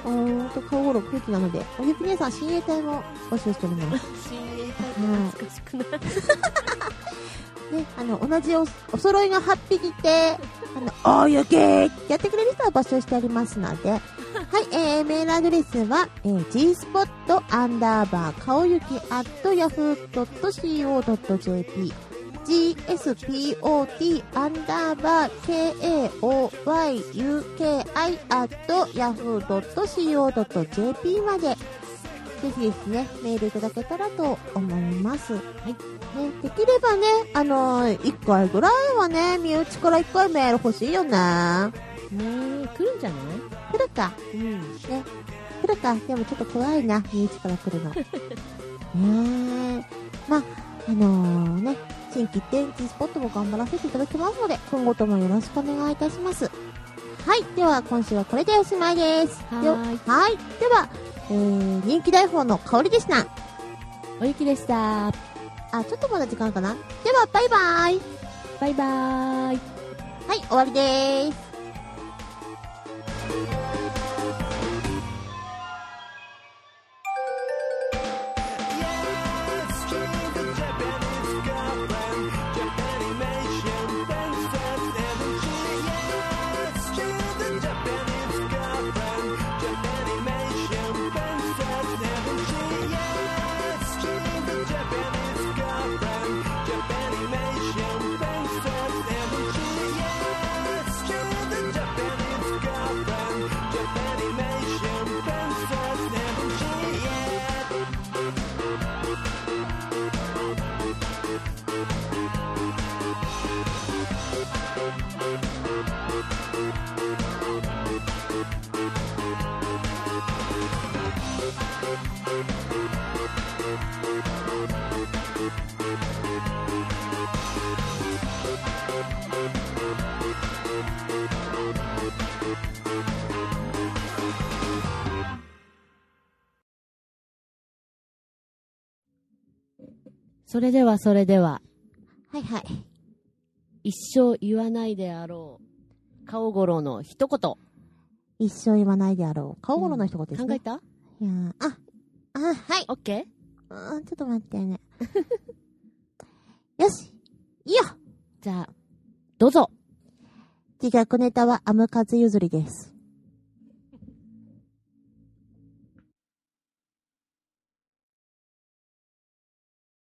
Speaker 1: うーんと、顔五郎空気なので、おゆき姉さん親衛隊も募集しております。
Speaker 2: 親衛隊って懐かしくない。
Speaker 1: ね、あの、同じお、お揃いの8匹って、あの、大雪ってやってくれる人は募集しておりますので、はい、えー、メールアドレスは、えー、gspot アンダーバー顔雪 at yahoo.co.jp gspot アンダーバー kaoyuki at yahoo.co.jp まで、ぜひですね、メールいただけたらと思います。ね、できればね、あのー、1回ぐらいはね、身内から1回メール欲しいよね。
Speaker 2: ねえ、来るんじゃない
Speaker 1: 来るか、
Speaker 2: うん。
Speaker 1: 来るか、でもちょっと怖いな、身内から来 るの。ねえ。まあ、あのー、ね、新規天気スポットも頑張らせていただきますので、今後ともよろしくお願いいたします。はい、では今週はこれでおしまいです。
Speaker 2: はーい
Speaker 1: ではい、では、えー、人気台本の香りでした。
Speaker 2: おゆきでした。
Speaker 1: あ、ちょっとまだ時間かな。では、バイバーイ。
Speaker 2: バイバーイ。
Speaker 1: はい、終わりでーす。
Speaker 2: それではそれでは、
Speaker 1: はいはい。
Speaker 2: 一生言わないであろう。顔五郎の一言。考
Speaker 1: 一生言わないであろう。顔頃の一言です
Speaker 2: え
Speaker 1: ね。
Speaker 2: た
Speaker 1: いやーあ、あ、はい。
Speaker 2: オッケー
Speaker 1: うん、ちょっと待ってね。 よし。いいよ。
Speaker 2: じゃあ、どうぞ。
Speaker 1: 自虐ネタはアムカズ譲りです。